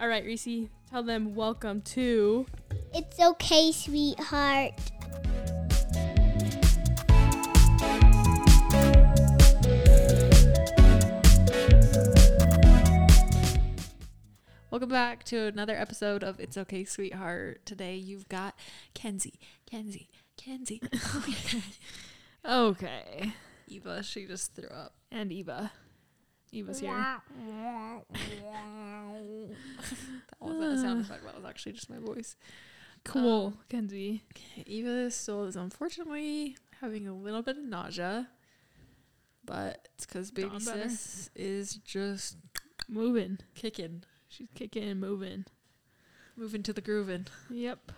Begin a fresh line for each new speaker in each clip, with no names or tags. All right, Reese, tell them welcome to.
It's okay, sweetheart.
Welcome back to another episode of It's Okay, Sweetheart. Today you've got Kenzie, Kenzie, Kenzie, oh my God.
Okay.
Eva. She just threw up.
And Eva. Eva's here.
That's
That wasn't a sound effect. That was actually just my voice.
Ah.
Um,
Cool, Kenzie.
Eva still is unfortunately having a little bit of nausea, but it's because baby
Gotten better.
sis is just
Moving.
kicking,
She's kicking and moving.
moving to the grooving.
Yep.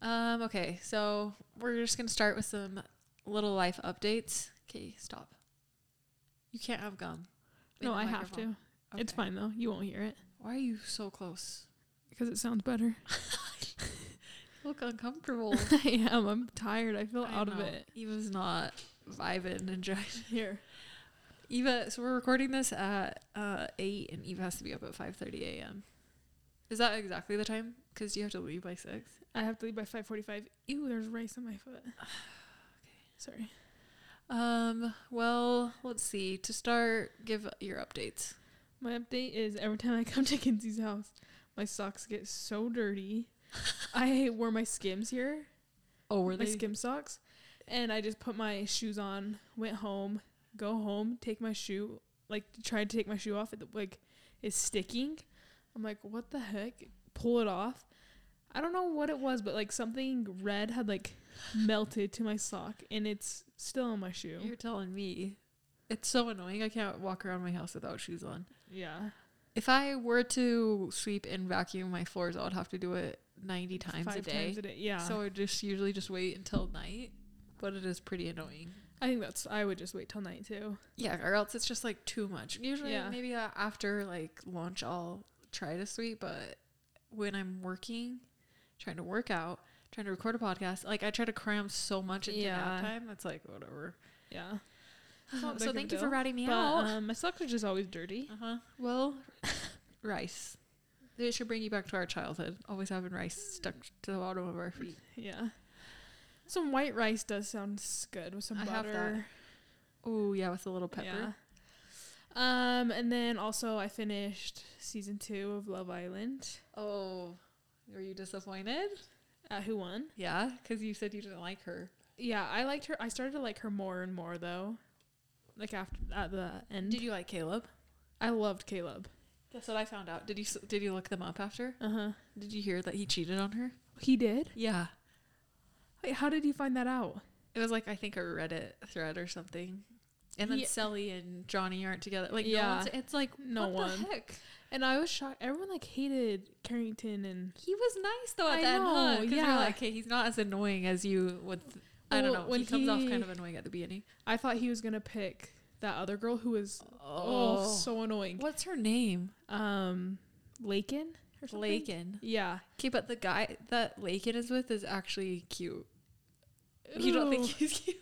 Um, okay, so we're just gonna start with some little life updates. Okay, stop. You can't have gum. in
no,
the
I have to.
microphone.
It's
Okay.
fine though. You won't hear it
Why are you so close?
because it sounds better.
You look uncomfortable.
I am. I'm tired. I feel
I
out of
know.
it.
Eva's not vibing and driving.
Here.
Eva, so we're recording this at uh, eight, and Eva has to be up at five thirty a.m. Is that exactly the time? Because you have to leave by six.
I have to leave by 5:45. Ew, there's rice on my foot. okay. Sorry.
Um. Well, let's see. To start, give your updates.
My update is every time I come to Kinsey's house, my socks get so dirty. I wore my Skims here,
Oh,
my
were they?
Skim socks, and I just put my shoes on, went home, go home, take my shoe, like tried to take my shoe off, it like is sticking. I'm like, what the heck? Pull it off. I don't know what it was, but like something red had like melted to my sock, and it's still on my shoe.
You're telling me. It's so annoying. I can't walk around my house without shoes on.
Yeah,
If I were to sweep and vacuum my floors, I would have to do it 90 times a
five
day.
times a day. Yeah.
So I just usually just wait until night, but it is pretty annoying.
I think that's. I would just wait till night too.
Yeah, or else it's just like too much. Usually,
Yeah.
maybe uh, after like lunch, I'll try to sweep, but when I'm working, trying to work out, trying to record a podcast, like I try to cram so much into
Yeah.
nap time. It's like whatever.
Yeah.
So,
Not big
so
of a
thank you for
deal.
ratting me
But
out.
um, my socks are just always dirty.
Uh huh. Well, rice. It should bring you back to our childhood. Always having rice stuck to the bottom of our feet.
Yeah. Some white rice does sound s- good with some
I have that.
butter.
Oh yeah, with a little pepper.
Yeah. Um, and then also I finished season two of Love Island.
Oh, were you disappointed?
Uh, who won?
Yeah, because you said you didn't like her.
Yeah, I liked her. I started to like her more and more though. Like after at the end,
Did you like Caleb?
I loved Caleb.
That's what I found out. Did you s- did you look them up after?
Uh huh.
Did you hear that he cheated on her?
He did.
Yeah,
Wait, how did you find that out?
it was like I think a Reddit thread or something. And then
Ye-
Sally and Johnny aren't together. Like yeah,
Yeah.
it's like
No
what
one.
The heck?
And I was shocked. Everyone like hated Carrington and
He was nice though at
I
that huh?
know,
'Cause you're
yeah.
like, okay, he's not as annoying as you would. th- I don't
Well,
know.
when
he comes off
he-
kind of annoying at the beginning.
I thought he was gonna pick that other girl who was
Oh,
oh, so annoying.
what's her name?
Um, Lakin or something.
Lakin.
Yeah.
Okay, but the guy that Lakin is with is actually cute. You don't think
Ooh.
he's cute?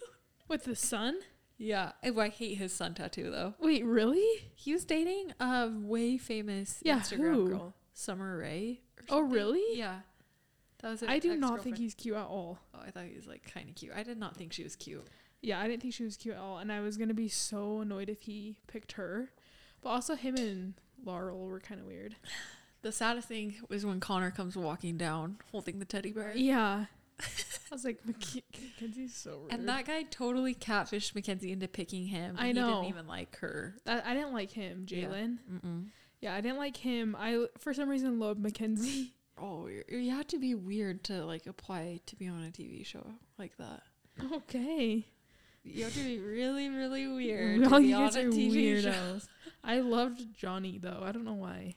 with the sun?
Yeah. Oh, I hate his sun tattoo though.
Wait, really?
He was dating a way famous
Yeah,
Instagram
who?
girl, Summer Rae. or
Oh,
something.
really?
Yeah. That was. her
I do not
ex-girlfriend.
think he's cute at all.
Oh, I thought he was like kind of cute. I did not think she was cute.
Yeah, I didn't think she was cute at all, and I was gonna be so annoyed if he picked her. But also, him and Laurel were kind of weird.
The saddest thing was when Connor comes walking down holding the teddy bear.
Yeah. I was like, "Mc- Mackenzie's so rude.
And that guy totally catfished Mackenzie into picking him.
I
and He
know.
didn't even like her.
That- I didn't like him,
Yeah.
Jalen.
Mm-mm.
Yeah. I didn't like him. I for some reason loved Mackenzie.
Oh, you you have to be weird to like apply to be on a TV show like that.
okay.
You have to be really, really weird
All
to be
you
on a
guys are
TV show.
weirdos. I loved Johnny though. I don't know why.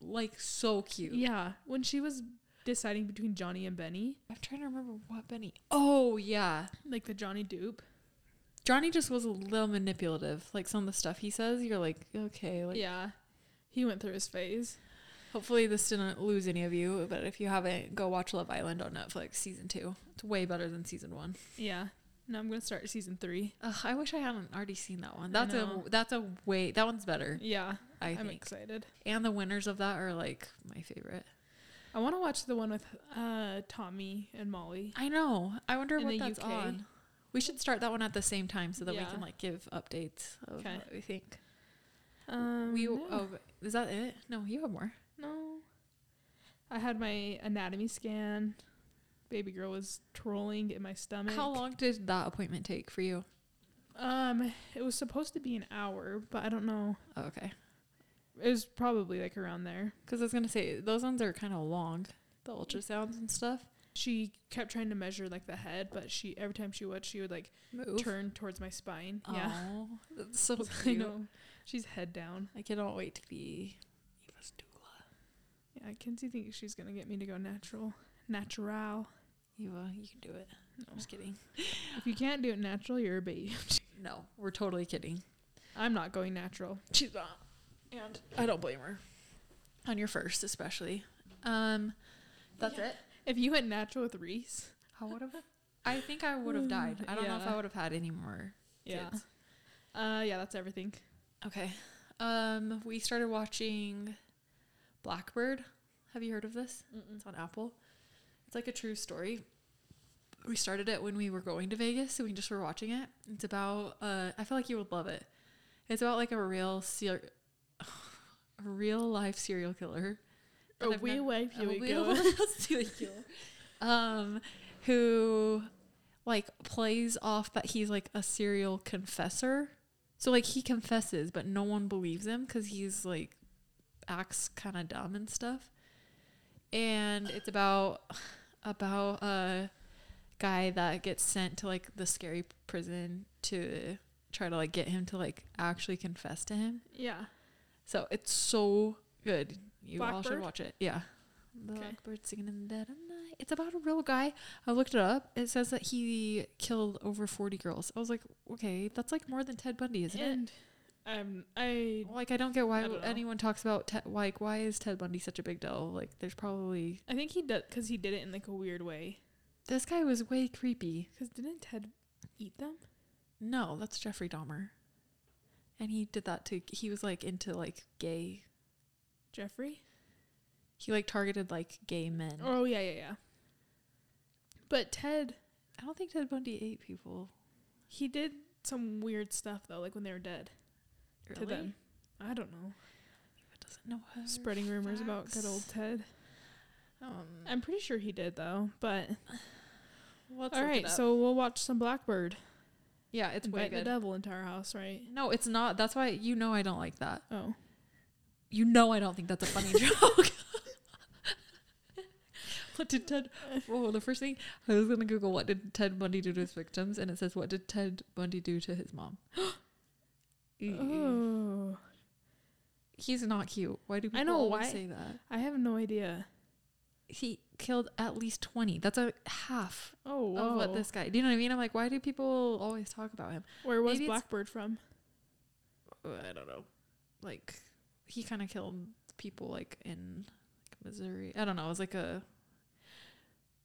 Like so cute.
Yeah, when she was deciding between Johnny and Benny,
I'm trying to remember what Benny. Oh yeah,
like the Johnny dupe.
Johnny just was a little manipulative. Like some of the stuff he says, you're like, okay. Like,
yeah, he went through his phase.
Hopefully this didn't lose any of you, but if you haven't, go watch Love Island on Netflix season two. It's way better than season one.
Yeah. Now I'm gonna start season three.
Ugh, I wish I hadn't already seen that one.
I
That's a
know.
that's a way that one's better.
Yeah,
I
I'm
think.
excited.
And the winners of that are like my favorite.
I want to watch the one with uh Tommy and Molly.
I know. I wonder
In
what
the
that's
UK.
on. We should start that one at the same time so that we
Yeah.
can like give updates of
'Kay.
what we think.
Um,
we
no.
oh is that it? No, you have more.
no. I had my anatomy scan. Baby girl was trolling in my stomach.
How long did that appointment take for you?
Um, it was supposed to be an hour, but I don't know.
Oh, okay,
It was probably like around there.
because I was gonna say those ones are kind of long, the ultrasounds and stuff.
She kept trying to measure like the head, but she every time she would, she would like
Move.
turn towards my spine. Yeah,
Oh, that's so
I
cute.
know. She's head down.
I cannot wait to be Eva's doula.
Yeah, Kenzie thinks she's gonna get me to go natural, natural.
Eva, you can do it.
No.
I'm just kidding.
If you can't do it natural, you're a baby.
No, we're totally kidding.
I'm not going natural.
She's not. And I don't blame her. On your first, especially. Um, that's it.
If you went natural with Reese,
I would have. I think I would have died. I don't know if
Yeah.
I would have had any more.
yeah,
Kids.
uh, yeah, that's everything.
Okay. Um, we started watching Blackbird. Have you heard of this? It's on Apple. It's like a true story. We started it when we were going to Vegas, and we just were watching it. It's about. Uh, I feel like you would love it. It's about like a real ser- a real life serial killer. that
A
I've
wee
never-
wife,
a
you would
wee
go.
life serial killer. Um, who like plays off that he's like a serial confessor. So like he confesses, but no one believes him because he's like acts kind of dumb and stuff. And it's about about a guy that gets sent to like the scary prison to try to like get him to like actually confess to him.
Yeah,
So it's so good. You all should
Blackbird?
watch it. Yeah.
Okay.
Blackbird singing in the dead of night. It's about a real guy. I looked it up. It says that he killed over 40 girls. I was like, okay, that's like more than Ted Bundy, isn't
and um, I
it? Like, I don't get why
I don't know.
anyone talks about, Ted like, why is Ted Bundy such a big deal? Like, there's probably.
I think he does because he did it in like a weird way.
This guy was way creepy.
Because didn't Ted eat them?
No, that's Jeffrey Dahmer. And he did that to. He was like into like gay.
Jeffrey?
He like targeted like gay men.
Oh yeah, yeah, yeah. But Ted,
I don't think Ted Bundy ate people.
he did some weird stuff though, like when they were dead to them. I don't know.
doesn't know her.
Spreading rumors about good old Ted.
Um,
I'm pretty sure he did though. But
let's
all right, so we'll watch some Blackbird.
yeah, it's way
Invite the
good.
devil into our house, right?
No, it's not. That's why you know I don't like that.
Oh,
You know I don't think that's a funny joke. what did Ted? Oh, the first thing I was gonna Google what did Ted Bundy do to his victims, and it says what did Ted Bundy do to his mom. Ew.
oh,
He's not cute. Why do people
I know,
always
why?
say that?
I have no idea.
He killed at least twenty. That's a half
Oh, whoa.
of what this guy. Do you know what I mean? I'm like, why do people always talk about him?
Where was
maybe it's-
Blackbird from?
I don't know, like he kind of killed people like in like, Missouri. I don't know. It was like a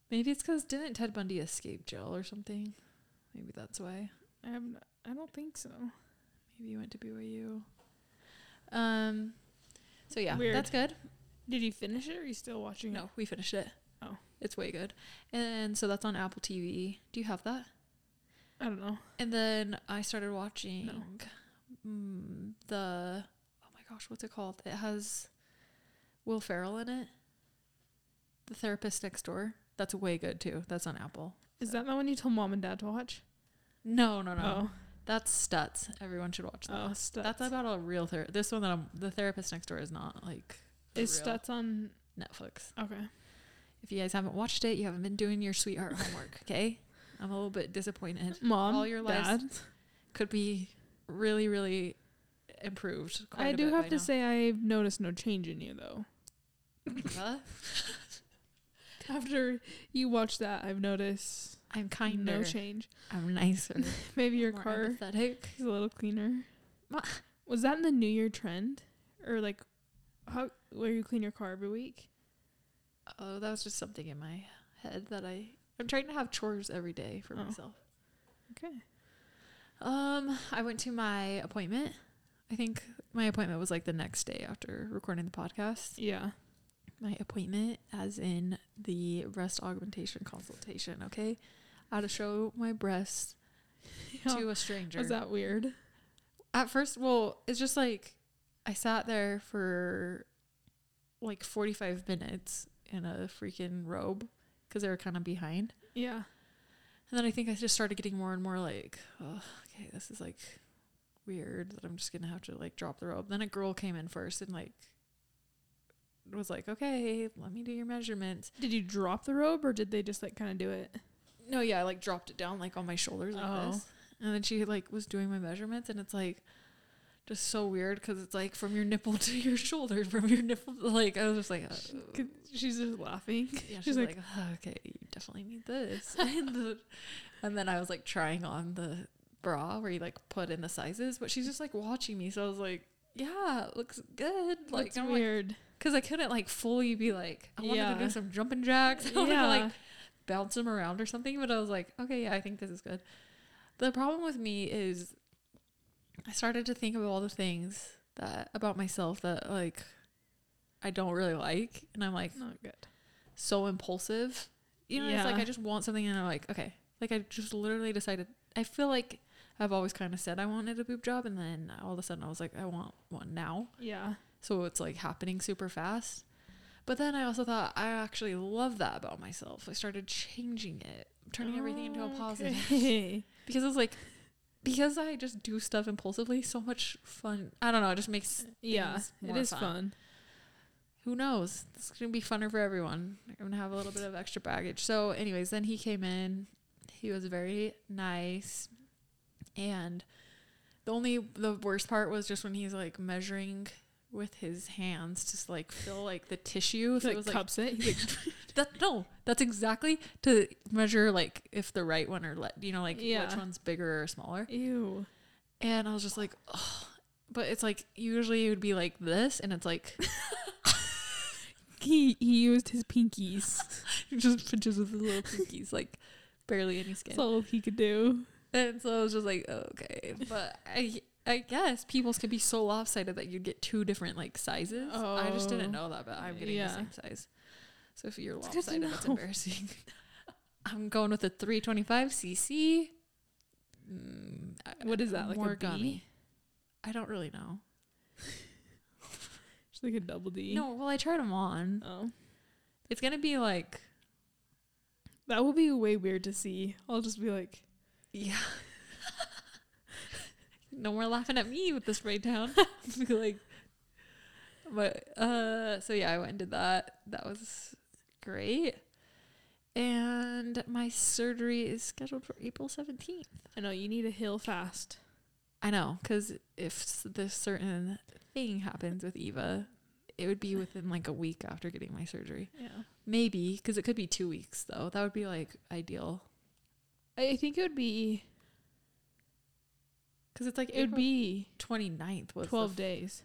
maybe it's because didn't Ted Bundy escape jail or something? Maybe that's why.
I have. n- I don't think so.
Maybe he went to BYU. Um. So yeah,
Weird.
that's good.
Did you finish it? or Are you still watching it?
No, we finished it.
Oh.
it's way good. And so that's on Apple TV. Do you have that?
I don't know.
And then I started watching mm, the oh my gosh, what's it called? It has Will Ferrell in it. The therapist next door. That's way good too. That's on Apple.
Is that the one you told mom and dad to watch?
No, no, no. Oh. That's Stutz. Everyone should watch
Oh,
that.
oh, Stutz.
That's about a real therapist. This one that I'm the therapist next door is not like for
Is
real.
Stutz on?
Netflix.
Okay.
If you guys haven't watched it, you haven't been doing your sweetheart homework. Okay, I'm a little bit disappointed.
Mom,
all your lives
dad.
could be really, really improved. Quite
I
a
do
bit
have
by
to
now.
say I've noticed no change in you though.
Huh?
After you watch that, I've noticed
I'm kinder.
no change.
I'm nicer.
Maybe your
more
car
empathetic.
is a little cleaner.
Ma-
Was that in the New Year trend, or like how where you clean your car every week?
Oh, that was just something in my head that I I'm trying to have chores every day for
Oh.
myself.
Okay.
Um, I went to my appointment. I think my appointment was like the next day after recording the podcast.
Yeah.
My appointment, as in the breast augmentation consultation, okay? I had to show my breasts
Yeah.
to a stranger.
Oh, Was that weird?
At first, well, it's just like I sat there for like 45 minutes in a freaking robe because they were kind of behind.
Yeah.
And then I think I just started getting more and more like, oh, okay, this is like weird that I'm just gonna have to like drop the rope. Then a girl came in first and like was like, okay, let me do your measurements.
Did you drop the robe or did they just like kind of do it?
No, yeah, I like dropped it down like on my shoulders like
Oh.
this. And then she like was doing my measurements and it's like just so weird because it's like from your nipple to your shoulder, from your nipple. Like I was just like, uh,
'Cause she's just laughing.
Yeah,
she's
she's,
like-
like, "Oh, okay, you definitely need this. and, the, and then I was like trying on the bra where you like put in the sizes, but she's just like watching me. So I was like, yeah, it looks good. Like,
That's
I'm like,
weird.
because I couldn't like fully be like, I wanted to
Yeah.
do some jumping jacks. I wanted to
Yeah.
like bounce them around or something. But I was like, okay, yeah, I think this is good. The problem with me is I started to think of all the things that about myself that like I don't really like. And I'm like,
Not good.
so impulsive. You know, it's like
Yeah.
I just want something and I'm like, okay. Like I just literally decided I feel like I've always kind of said I wanted a boob job and then all of a sudden I was like, I want one now.
Yeah.
So it's like happening super fast. But then I also thought I actually love that about myself. I started changing it, turning everything into
Oh,
a positive.
Okay.
Because it's like because I just do stuff impulsively, so much fun. I don't know, it just makes
yeah.
things
It
more
is
fun.
fun.
who knows? It's gonna be funner for everyone. I'm gonna have a little bit of extra baggage. So, anyways, then he came in. He was very nice, and the only the worst part was just when he's like measuring with his hands, just like feel like the tissue. If
He
it
like
was like
cups it. He's like,
that, no, that's exactly to measure like if the right one or let you know like
Yeah.
which one's bigger or smaller.
ew.
And I was just like, oh. but it's like usually it would be like this, and it's like
He he used his pinkies.
just pinches with his little pinkies, like barely any skin.
That's all he could do.
and so I was just like, okay, but I I guess people's can be so lopsided that you'd get two different like sizes. I just didn't
Oh,
know that, but I'm getting
yeah.
the same size. So if you're
good to
lopsided, that's
know.
embarrassing. I'm going with a 325 cc. Mm, I-
What is that, like a
more
B?
gummy. I don't really know.
She's like a double D.
No, well, I tried them on.
Oh.
It's gonna be like
That will be way weird to see. I'll just be like,
Yeah. no more laughing at me with this breakdown. Be like, but uh, so yeah, I went and did that. That was great. And my surgery is scheduled for April seventeenth.
I know you need a hill fast.
I know, because if s- this certain thing happens with Eva, it would be within like a week after getting my surgery.
Yeah.
Maybe because it could be two weeks though. That would be like ideal.
I think it would be
Because it's like
it would be
29th was the
12
f-
days.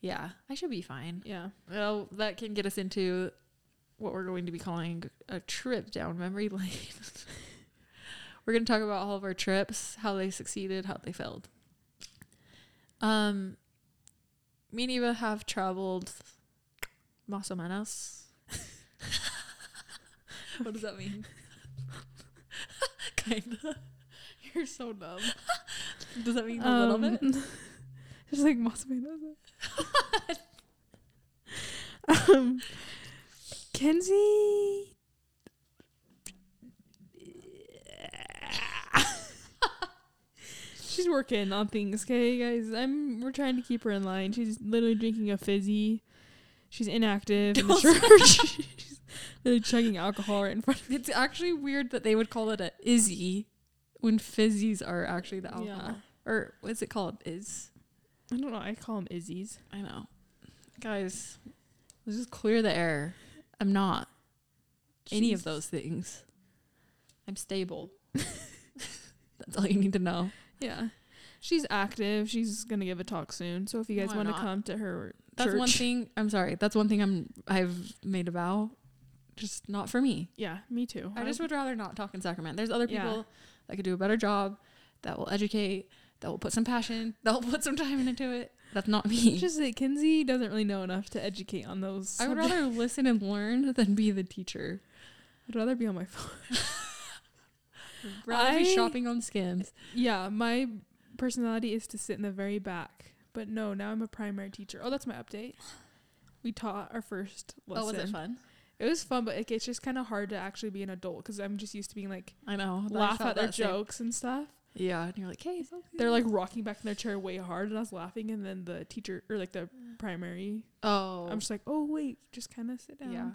yeah, I should be fine.
Yeah.
Well, that can get us into what we're going to be calling a trip down memory lane. we're going to talk about all of our trips, how they succeeded, how they failed. Um, me and Eva have traveled más o menos. what does that mean? Kinda.
You're so dumb.
Does that mean a little bit?
Um, Just like most of um, Kenzie. She's working on things, okay, guys. I'm we're trying to keep her in line. She's literally drinking a fizzy. She's inactive in the church. She's literally chugging alcohol right in front of me.
It's actually weird that they would call it a izzy when fizzies are actually the
Yeah.
alcohol. Or what's it called? Is
I don't know. I call them Izzy's.
I know. Guys, let's just clear the air. I'm not any of
Jeez.
those things. I'm stable. That's all you need to know.
Yeah. She's active. She's gonna give a talk soon. So if you guys
Why
want to
not?
come to her
That's one
church-
thing I'm sorry. That's one thing I'm I've made a vow. Just not for me.
Yeah, me too.
I just would rather not talk in Sacramento. There's other
Yeah.
people that could do a better job, that will educate, that will put some passion, that will put some time into it.
That's not me.
It's just that Kinsey doesn't really know enough to educate on those.
I would
subjects.
rather listen and learn than be the teacher.
I'd rather be on my phone.
Rather be
I-
shopping on Skims.
Yeah, my personality is to sit in the very back. But no, now I'm a primary teacher. Oh, that's my update. We taught our first lesson.
Oh, was it fun?
It was fun, but like, it's just kind of hard to actually be an adult because I'm just used to being like
I know. I
laugh
felt
at their
that same-
jokes and stuff.
Yeah, and you're like, hey, it's okay."
They're like rocking back in their chair way hard, and I was laughing. And then the teacher or like the primary,
oh,
I'm just like, oh wait, just kind of sit down.
Yeah.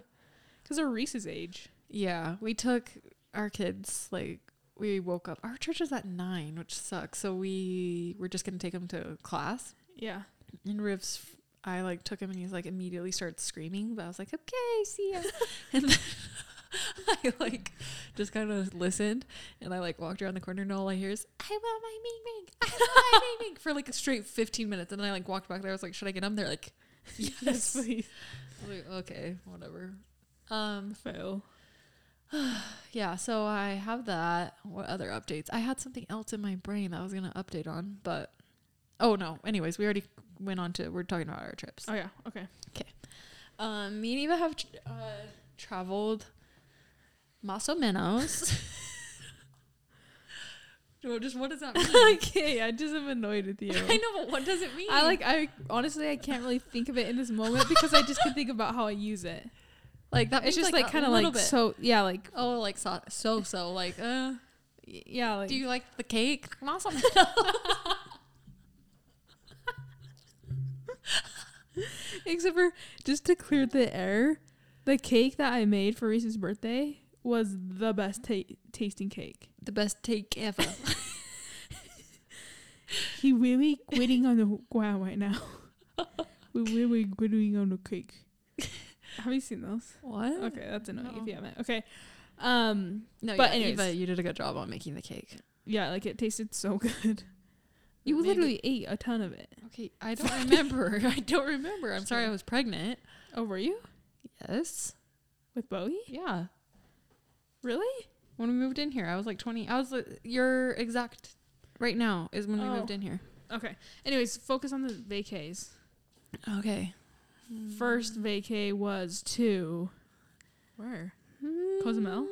because they're Reese's age.
Yeah, we took our kids like we woke up. Our church is at nine, which sucks. So we were just gonna take them to class.
Yeah,
And Riv's, f- I like took him and he's like immediately started screaming. But I was like, okay, see ya. and then I like just kind of listened and I like walked around the corner and all I hear is, I want my ming ming. I want my ming ming for like a straight fifteen minutes. And then I like walked back there. I was like, should I get them? They're like, yes.
please.
I was like, okay, whatever. Um,
Fail.
yeah, so I have that. What other updates? I had something else in my brain that I was going to update on, but oh no. Anyways, we already went on to we're talking about our trips.
Oh yeah. Okay.
Um, me and Eva have tr- uh, traveled Maso Menos. well, just what does that mean?
okay. I just am annoyed with you.
I know, but what does it mean?
I like. I honestly, I can't really think of it in this moment because I just can think about how I use it.
like that.
It's
means,
just like,
a
kind of
little
like
bit.
so. Yeah, like
Oh, like so so, so like uh.
y- yeah, like
Do you like the cake? Maso
Except for just to clear the air, the cake that I made for Reese's birthday was the best ta- tasting cake.
the best take ever.
He really quitting on the wow right now. we really quitting on the cake. Have you seen those?
what?
Okay, that's annoying
No.
if you haven't. Okay, um,
No,
But
but yeah,
anyways.
Eva, you did a good job on making the cake.
yeah, like it tasted so good. You
Maybe-
literally ate a ton of it.
Okay, I don't remember. I don't remember. I'm sorry, I
Sorry.
was pregnant.
Oh, were you
Yes.
with Bowie?
Yeah.
Really?
When we moved in here, I was like 20. I was like, your exact right now is when
Oh.
we moved in here.
Okay. Anyways, focus on the vacays.
Okay.
First vacay was to where?
Hmm.
Cozumel?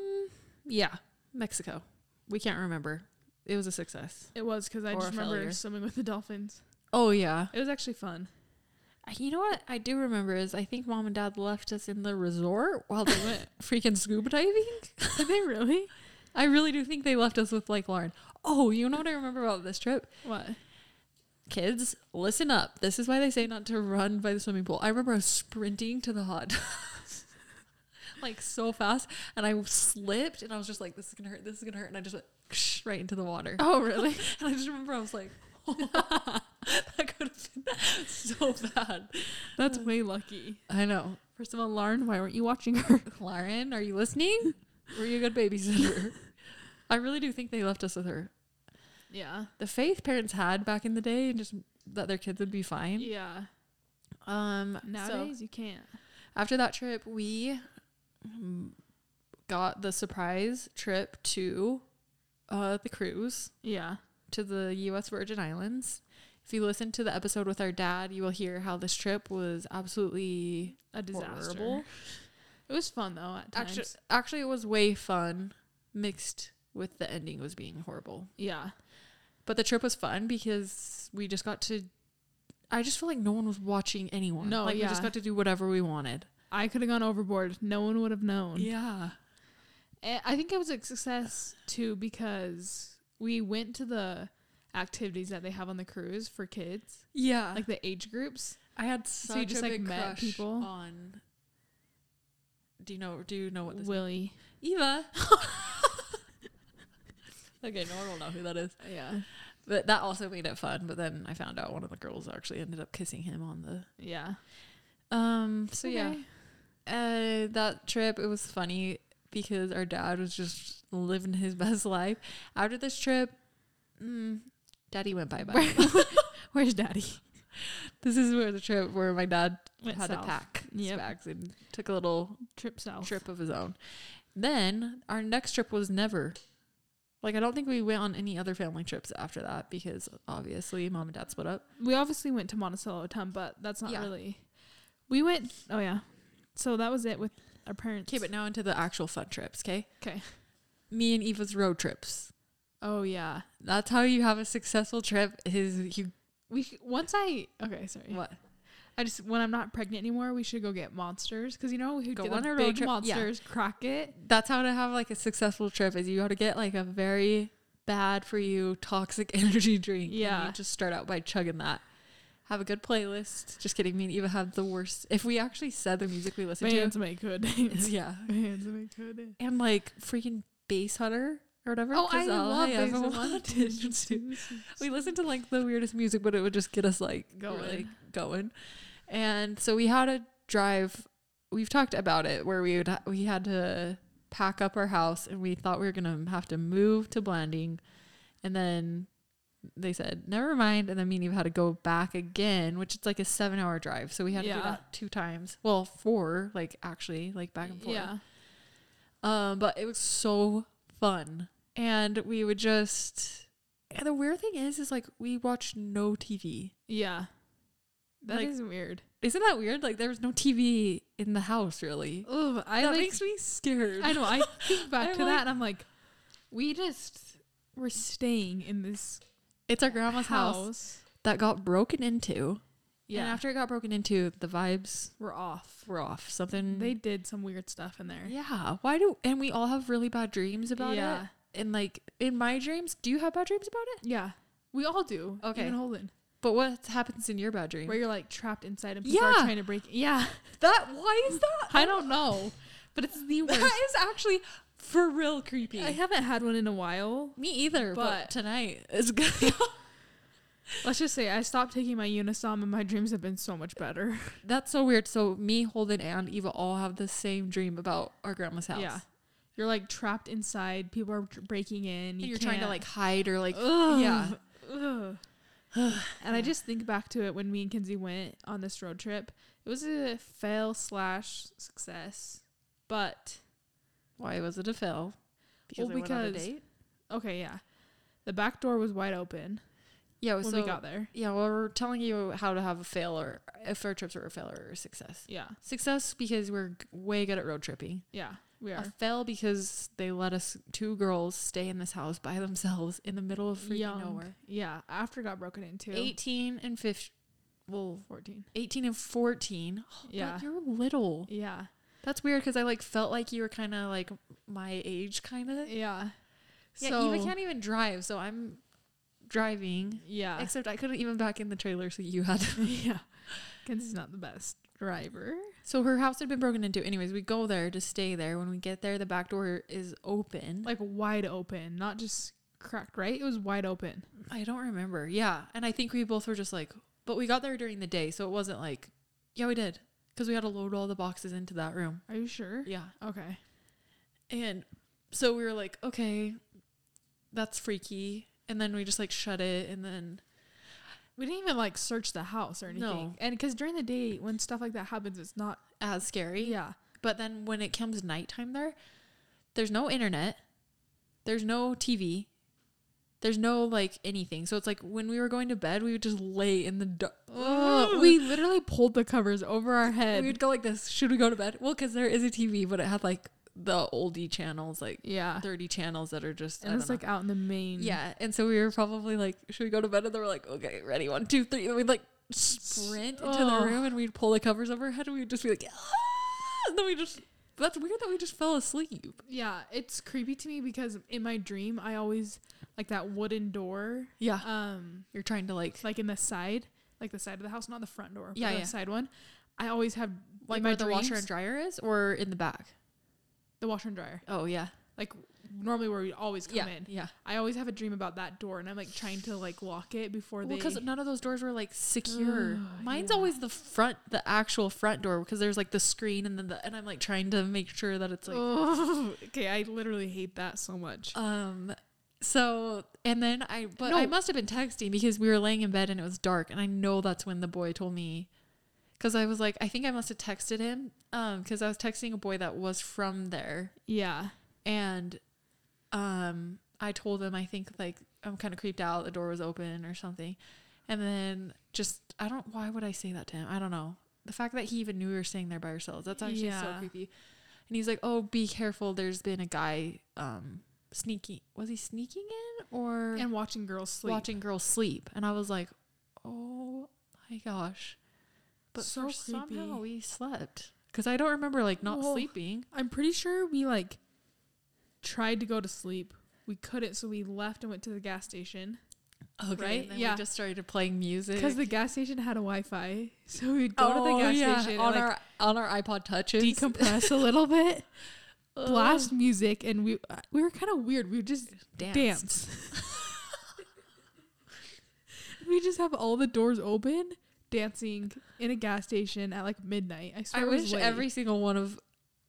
Yeah, Mexico. We can't remember. It was a success.
It was because I
Or
just
a
remember
failure.
swimming with the dolphins.
Oh yeah.
It was actually fun.
Uh, You know what I do remember is I think mom and dad left us in the resort while they went freaking scuba diving.
Did they really?
I really do think they left us with Lake Lauren. Oh, you know what I remember about this trip?
What?
Kids, listen up. This is why they say not to run by the swimming pool. I remember I was sprinting to the hot tub like so fast, and I slipped, and I was just like, "This is gonna hurt. This is gonna hurt," and I just went right into the water.
Oh, really?
And I just remember I was like, "That could have been so bad."
That's way lucky.
I know,
First of all, Lauren, why weren't you watching her?
Lauren. Are you listening? Were you a good babysitter? I really do think they left us with her.
Yeah.
The faith parents had back in the day, and just that their kids would be fine.
Yeah.
Um, so-
Nowadays, you can't.
after that trip, we mm, got the surprise trip to uh, the cruise
Yeah.
to the U.S. Virgin Islands. If you listen to the episode with our dad, you will hear how this trip was absolutely
A disaster.
Horrible.
It was fun, though, at times.
actually actually it was way fun mixed with the ending was being horrible.
yeah.
But the trip was fun because we just got to I just feel like no one was watching anyone.
No,
like we just
yeah.
got to do whatever we wanted.
I could have gone overboard. No one would have known.
Yeah.
And Eh, I think it was a success too because we went to the activities that they have on the cruise for kids,
Yeah.
like the age groups.
I had
So
such
you
a
just, like,
big
met
crush
people?
on. Do you know? Do you know what this?
Willie.
Eva. okay, no one will know who that is.
Yeah.
But that also made it fun. But then I found out one of the girls actually ended up kissing him on the.
Yeah.
Um. So yeah,
Okay.
uh, that trip it was funny because our dad was just living his best life. After this trip, mm, daddy went bye bye.
Where's daddy?
this is where the trip where my dad
Went
had
south.
to pack his
Yep.
bags and took a little
Oh. Trip south.
trip of his own. Then our next trip was never. Like I don't think we went on any other family trips after that because obviously mom and dad split up.
We obviously went to Monticello a ton, but that's not
Yeah.
really. We went. Oh yeah. So that was it with our parents.
Okay, but now into the actual fun trips, okay?
'Kay.
Me and Eva's road trips.
oh yeah.
That's how you have a successful trip is you
We sh- once I okay sorry.
what?
I just when I'm not pregnant anymore, we should go get monsters because you know who
Go
did
on
the
a road
big
trip, yeah.
monsters Crockett.
That's how to have like a successful trip is you got to get like a very bad for you toxic energy drink. and
Yeah.
you just start out by chugging that. Have a good playlist. Just kidding. Me and Eva had the worst. If we actually said the music we listened
Man's
to,
make good
it's,
names.
yeah,
Man's make good names.
and like freaking Bass Hunter or whatever.
Oh, I
'cause all
love
ever
these
wanted
monsters.
to- we listened to like the weirdest music, but it would just get us like
Going.
going, going. And so we had a drive. We've talked about it where we would ha- we had to pack up our house, and we thought we were gonna have to move to Blanding, and then they said never mind, and then me and Eve had to go back again, which it's like a seven hour drive. So we had to do
Yeah.
that two times. Well, four, like actually, like back and forth.
Yeah.
Um, but it was so fun. And we would just and the weird thing is is like we watched no TV.
Yeah. That
Like-
is weird.
Isn't that weird? Like there was no TV in the house really.
Oh, I
that
like
makes me scared.
I know. I think back
I'm
to
like-
that, and I'm like, we just were staying in this
It's our grandma's house, that got broken into.
Yeah,
And after it got broken into, the vibes
we're off.
were off. Something
They did some weird stuff in there.
Yeah. Why do and we all have really bad dreams about
Yeah.
it? And like in my dreams, do you have bad dreams about it?
Yeah. we all do.
Okay.
even Holden,
But what happens in your bad dream?
where you're like trapped inside and people are
Yeah.
trying to break. Yeah,
that why is that?
I don't know, but it's the
That
worst.
is actually for real creepy.
I haven't had one in a while.
Me either,
but-
tonight is good.
Let's just say I stopped taking my Unisom, and my dreams have been so much better.
That's so weird. So me, Holden, and Eva all have the same dream about our grandma's house.
Yeah, you're like trapped inside. People are tr- breaking in.
And
You
you're trying to
can't-
like hide or like
Ugh.
yeah.
Ugh. and I just think back to it when me and Kinsey went on this road trip. It was a fail slash success, but
Why was it a fail?
Because I went on a date? okay, yeah. The back door was wide open
Yeah,
when
Oh, so
we got there.
yeah, well, we're telling you how to have a fail or if our trips are a failure or a success.
Yeah,
Success because we're g- way good at road tripping.
yeah, we
A
are.
fail because they let us two girls stay in this house by themselves in the middle of freaking
Young.
nowhere.
Yeah, after got broken into.
18 and 15 well
14.
18 and 14 yeah
Yeah.
you're little
Yeah,
that's weird because i like felt like you were kind of like my age kind of
yeah.
yeah
so,
eva can't even drive so i'm driving
yeah,
except i couldn't even back in the trailer so you had
yeah. Kinsey's not the best driver.
so her house had been broken into anyways we go there to stay there when we get there the back door is open
Like wide open, not just cracked. Right? It was wide open.
i don't remember yeah and i think we both were just like but we got there during the day so it wasn't like yeah we did because we had to load all the boxes into that room
Are you sure?
yeah
Okay.
And so we were like, okay, that's freaky. And then we just like shut it. And then,
We didn't even like search the house or anything.
No.
And because during the day, when stuff like that happens, it's not.
as scary.
Yeah.
But then when it comes nighttime there, there's no internet, there's no TV, there's no like anything. So it's like when we were going to bed, we would just lay in the dark.
Ugh, we literally pulled the covers over our head.
we would go like this. Should we go to bed? Well, because there is a TV, but it had like the oldie channels, like
yeah.
30 channels that are just. I
And it's
don't know.
like out in the main.
Yeah, and so we were probably like, should we go to bed? And they were like, okay, ready, one, two, three. And we'd like sprint into
Oh.
the room and we'd pull the covers over our head and we'd just be like, "Ah!" and then we just. That's weird that we just fell asleep.
Yeah. It's creepy to me because in my dream, I always like that wooden door,
Yeah,
um,
you're trying to like,
like in the side, like the side of the house, not the front door,
Yeah,
but
yeah.
the side one. I always have
like
in my
where the washer
dreams-
and dryer is, or in the back.
the washer and dryer,
Oh yeah,
like normally where we always come
yeah,
in.
yeah.
I always have a dream about that door, and I'm like trying to like lock it before they.
because none of those doors were like secure.
Ugh,
Mine's
yeah.
always the front, the actual front door, because there's like the screen and then the, and I'm like trying to make sure that it's like
oh, okay. I literally hate that so much.
Um. So and then I but I
No.
must have been texting because we were laying in bed and it was dark and I know that's when the boy told me because I was like I think I must have texted him um because I was texting a boy that was from there
yeah.
and um I told him I think like I'm kind of creeped out. The door was open or something, and then just I don't. Why would I say that to him? I don't know. The fact that he even knew we were staying there by ourselves that's actually so
Yeah.
creepy. And he's like, "Oh, be careful. There's been a guy um sneaking. Was he sneaking in or
and watching girls sleep.
watching girls sleep?" And I was like, "Oh my gosh!" But
So
for somehow
creepy.
we slept because I don't remember like not
Well,
sleeping.
I'm pretty sure we like tried to go to sleep. We couldn't, so we left and went to the gas station
Okay,
right?
and then
Yeah.
we just started playing music
because the gas station had a Wi-Fi. So we'd go to Oh, the gas station
Oh, on
and, like,
our on our iPod touches.
decompress a little bit,
Uh.
blast music, and we uh, we were kind of weird. We would just
dance.
dance. we just have all the doors open, dancing in a gas station at like midnight. I
I
swear, it was
wish
late.
every single one of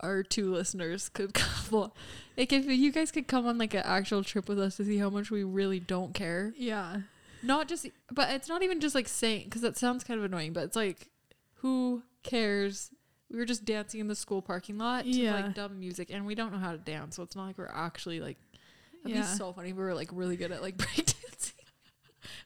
our two listeners could come. on. Like if you guys could come on like an actual trip with us to see how much we really don't care.
yeah
Not just, but it's not even just like saying because that sounds kind of annoying. But it's like, who cares? We were just dancing in the school parking lot to
Yeah.
like dumb music, and we don't know how to dance, so it's not like we're actually like. It'd
yeah.
be so funny if we were like really good at like breakdancing.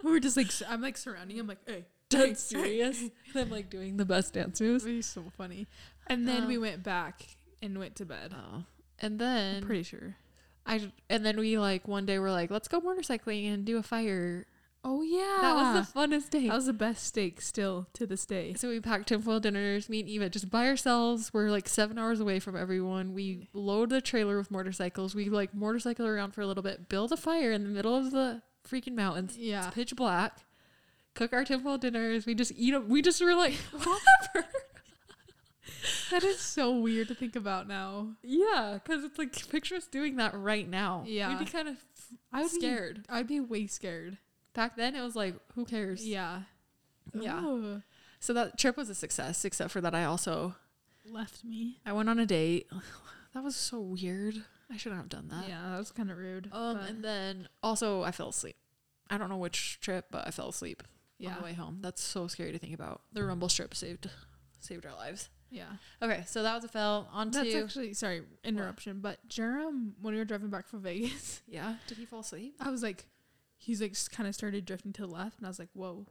we were just like s- I'm like surrounding him like hey hey,
dead serious. Them like doing the best dance
It
moves.
was so funny. And then we
Um,
went back and went to bed.
Oh. And
I'm
then
pretty sure.
I and then we like one day we're like, let's go motorcycling and do a fire.
Oh yeah,
That was the funnest day.
that was the best steak still to this day.
so we packed tinfoil dinners, me and Eva, just by ourselves. We're like seven hours away from everyone. We load the trailer with motorcycles. We like motorcycle around for a little bit, build a fire in the middle of the freaking mountains.
Yeah,
It's pitch black. Cook our tinfoil dinners. We just eat them. We just were like, whatever.
that is so weird to think about now.
Yeah, because it's like picture us doing that right now.
Yeah.
we'd be kind of
I would
scared.
Be, I'd be way scared.
Back then, it was like, who cares?
Yeah,
Yeah.
Ooh.
So that trip was a success, except for that I also
left me.
I went on a date. That was so weird. I shouldn't have done that.
yeah, that was kind of rude.
Um,
but
and then also I fell asleep. I don't know which trip, but I fell asleep on
yeah,
the way home. That's so scary to think about. The Rumble Strip saved saved our lives.
yeah.
Okay, so that was a fell on
That's
to
actually sorry interruption, but Jerem, when we were driving back from Vegas,
yeah. Did he fall asleep?
I was like, he's like kind of started drifting to the left, and I was like, whoa.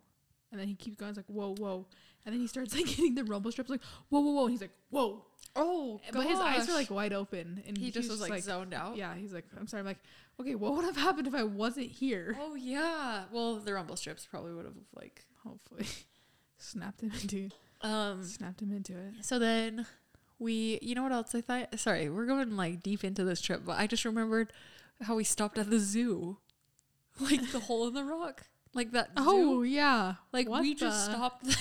And then he keeps going, I was like, whoa, whoa. And then he starts like hitting the rumble strips, like, whoa, whoa, whoa. And he's like, whoa.
Oh,
But his eyes were like wide open. And
he just
he's
was like, zoned out.
yeah, he's like, I'm sorry. I'm like, okay, what would have happened if I wasn't here?
Oh yeah. Well, the rumble strips probably would have like
Hopefully. snapped him into
um
snapped him into it.
so then we you know what else I thought sorry, we're going like deep into this trip, but I just remembered how we stopped at the zoo. Like the hole in the rock. Like that
Oh,
zoo.
yeah.
Like
What
we just
the-
stopped there.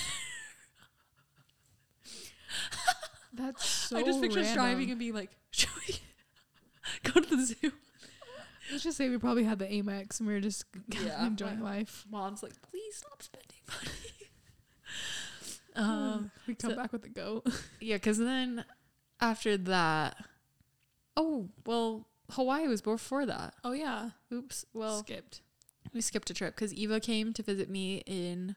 That's so
I just picture us driving
random.
and being like, should we go to the zoo?
Let's just say we probably had the Amex and we were just
Yeah.
enjoying life.
Mom's like, please stop spending money. um
we come
so-
back with a goat.
Yeah, because then after that, oh well, Hawaii was before that.
Oh, yeah.
Oops. Well,
skipped.
we skipped a trip because Eva came to visit me in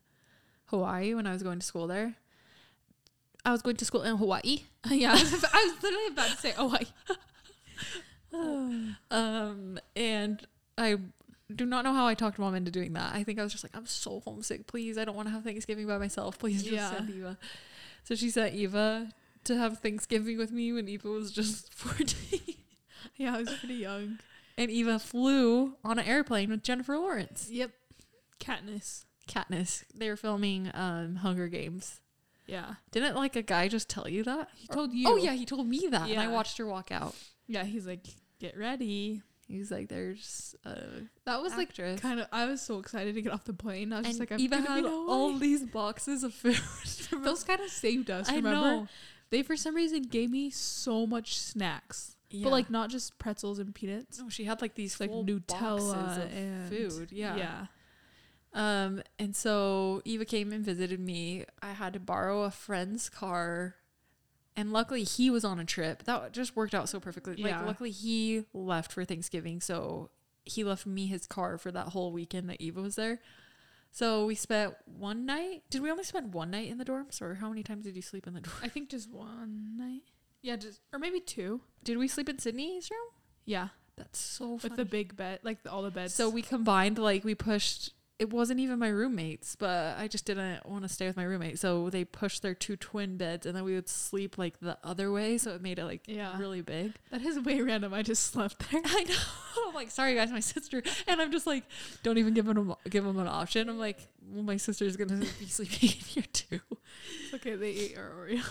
Hawaii when I was going to school there. I was going to school in Hawaii.
yeah, I was, ab- I was literally about to say, oh, I.
Um, and I do not know how I talked mom into doing that. I think I was just like, I'm so homesick. Please, I don't want to have Thanksgiving by myself. Please just
Yeah.
send Eva. So she sent Eva to have Thanksgiving with me when Eva was just 14.
yeah, I was pretty young.
and Eva flew on an airplane with Jennifer Lawrence.
Yep. Katniss.
Katniss. They were filming um, Hunger Games.
Yeah.
Didn't like a guy just tell you that?
He told you.
Oh yeah, he told me that, and I
Yeah.
watched her walk out.
Yeah, he's like, get ready.
He's like, "There's a
That was like
actress."
kind of, I was so excited to get off the plane. I was
and
just like, I'm
Eva
gonna be
had
in
all
Hawaii.
these boxes of food.
Those kind of saved us,
I
remember?
know.
They, for some reason, gave me so much snacks.
Yeah.
But like, not just pretzels and peanuts.
no, she had like these
Like
full boxes
Nutella
of
and
food. Yeah.
yeah,
Um, and so Eva came and visited me. I had to borrow a friend's car, and luckily he was on a trip. That just worked out so perfectly.
Yeah.
Like, luckily he left for Thanksgiving, so he left me his car for that whole weekend that Eva was there. So we spent one night. Did we only spend one night in the dorms, or how many times did you sleep in the dorm?
I think just one night. Yeah, just or maybe two.
Did we sleep in Sydney's room?
Yeah,
That's so funny.
with the big bed, like the, all the beds.
So we combined, like we pushed. It wasn't even my roommates, but I just didn't want to stay with my roommate. So they pushed their two twin beds, and then we would sleep like the other way. So it made it like
Yeah.
really big.
that is way random. I just slept there.
I know. I'm like, sorry guys, my sister, and I'm just like, don't even give them give them an option. I'm like, well, my sister's gonna be sleeping in here too.
It's okay, they ate our Oreo.